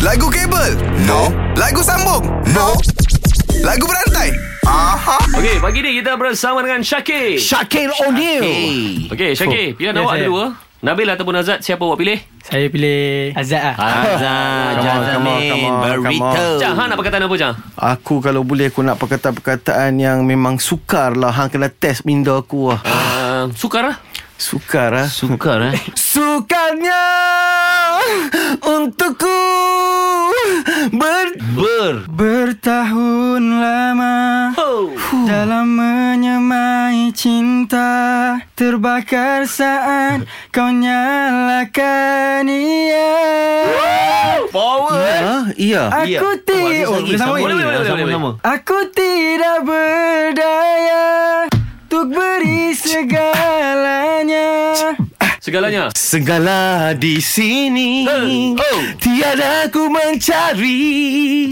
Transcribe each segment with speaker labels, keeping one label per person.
Speaker 1: Lagu kabel?
Speaker 2: No.
Speaker 1: Lagu sambung?
Speaker 2: No.
Speaker 1: Lagu berantai? Aha.
Speaker 3: Okey, pagi ni kita bersama dengan Syakir.
Speaker 4: Syakil O'Neal.
Speaker 3: Okey, Syakir, pilihan
Speaker 4: Oh. Yes,
Speaker 3: awak ada
Speaker 4: saya.
Speaker 3: dua. Nabil ataupun Azad, siapa awak pilih?
Speaker 4: Saya pilih Azad lah.
Speaker 5: Ha. Azan,
Speaker 6: Come on, come on, come
Speaker 5: Jazmin,
Speaker 6: on,
Speaker 5: Burrito.
Speaker 4: Oh.
Speaker 6: come
Speaker 3: Cah, Han nak perkataan apa, Cah?
Speaker 6: Aku kalau boleh aku nak perkataan-perkataan yang memang sukar lah. Hang kena test minda aku lah.
Speaker 3: Uh, sukar lah.
Speaker 6: Sukar lah.
Speaker 3: Sukar, eh?
Speaker 6: Sukarnya untukku ber
Speaker 3: Ber.
Speaker 4: Bertahun lama
Speaker 3: Oh.
Speaker 4: dalam menyemai cinta terbakar saat kau nyalakan ia.
Speaker 3: Power.
Speaker 6: ha? Iya.
Speaker 4: Aku ti- Oh, boleh sambung
Speaker 3: Boleh, boleh,
Speaker 4: lagi?
Speaker 3: boleh, boleh.
Speaker 4: Aku tidak berdaya untuk beri segalanya.
Speaker 3: Segalanya.
Speaker 6: Segala di sini
Speaker 3: Eh, oh.
Speaker 6: tiada ku mencari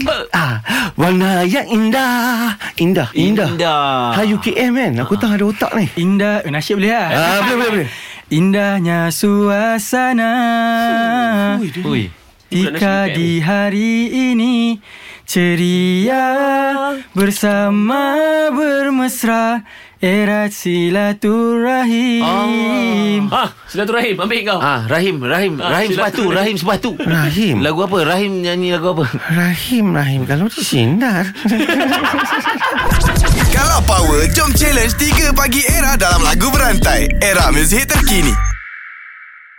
Speaker 3: Eh.
Speaker 6: ah, warna yang indah indah indah.
Speaker 5: Indah.
Speaker 6: Ha UKM kan Aku tak ada otak ni
Speaker 4: Ah. Indah, eh, nasyid boleh lah.
Speaker 6: Ah, boleh, boleh, boleh.
Speaker 4: Indahnya suasana.
Speaker 3: Ui.
Speaker 4: Tika di hari ini ceria bersama bermesra erat
Speaker 6: Ah.
Speaker 4: silaturahim.
Speaker 3: Ha, silaturahim. Ambil kau.
Speaker 5: Ah, Rahim, Rahim,
Speaker 3: Ah,
Speaker 5: Rahim
Speaker 3: silakan.
Speaker 5: sepatu, Rahim sepatu.
Speaker 6: Rahim.
Speaker 5: Lagu apa? Rahim nyanyi lagu apa?
Speaker 6: Rahim, Rahim Kalau di sinar
Speaker 1: Kalau power, jom challenge 3 pagi era dalam lagu berantai. Era muzik terkini.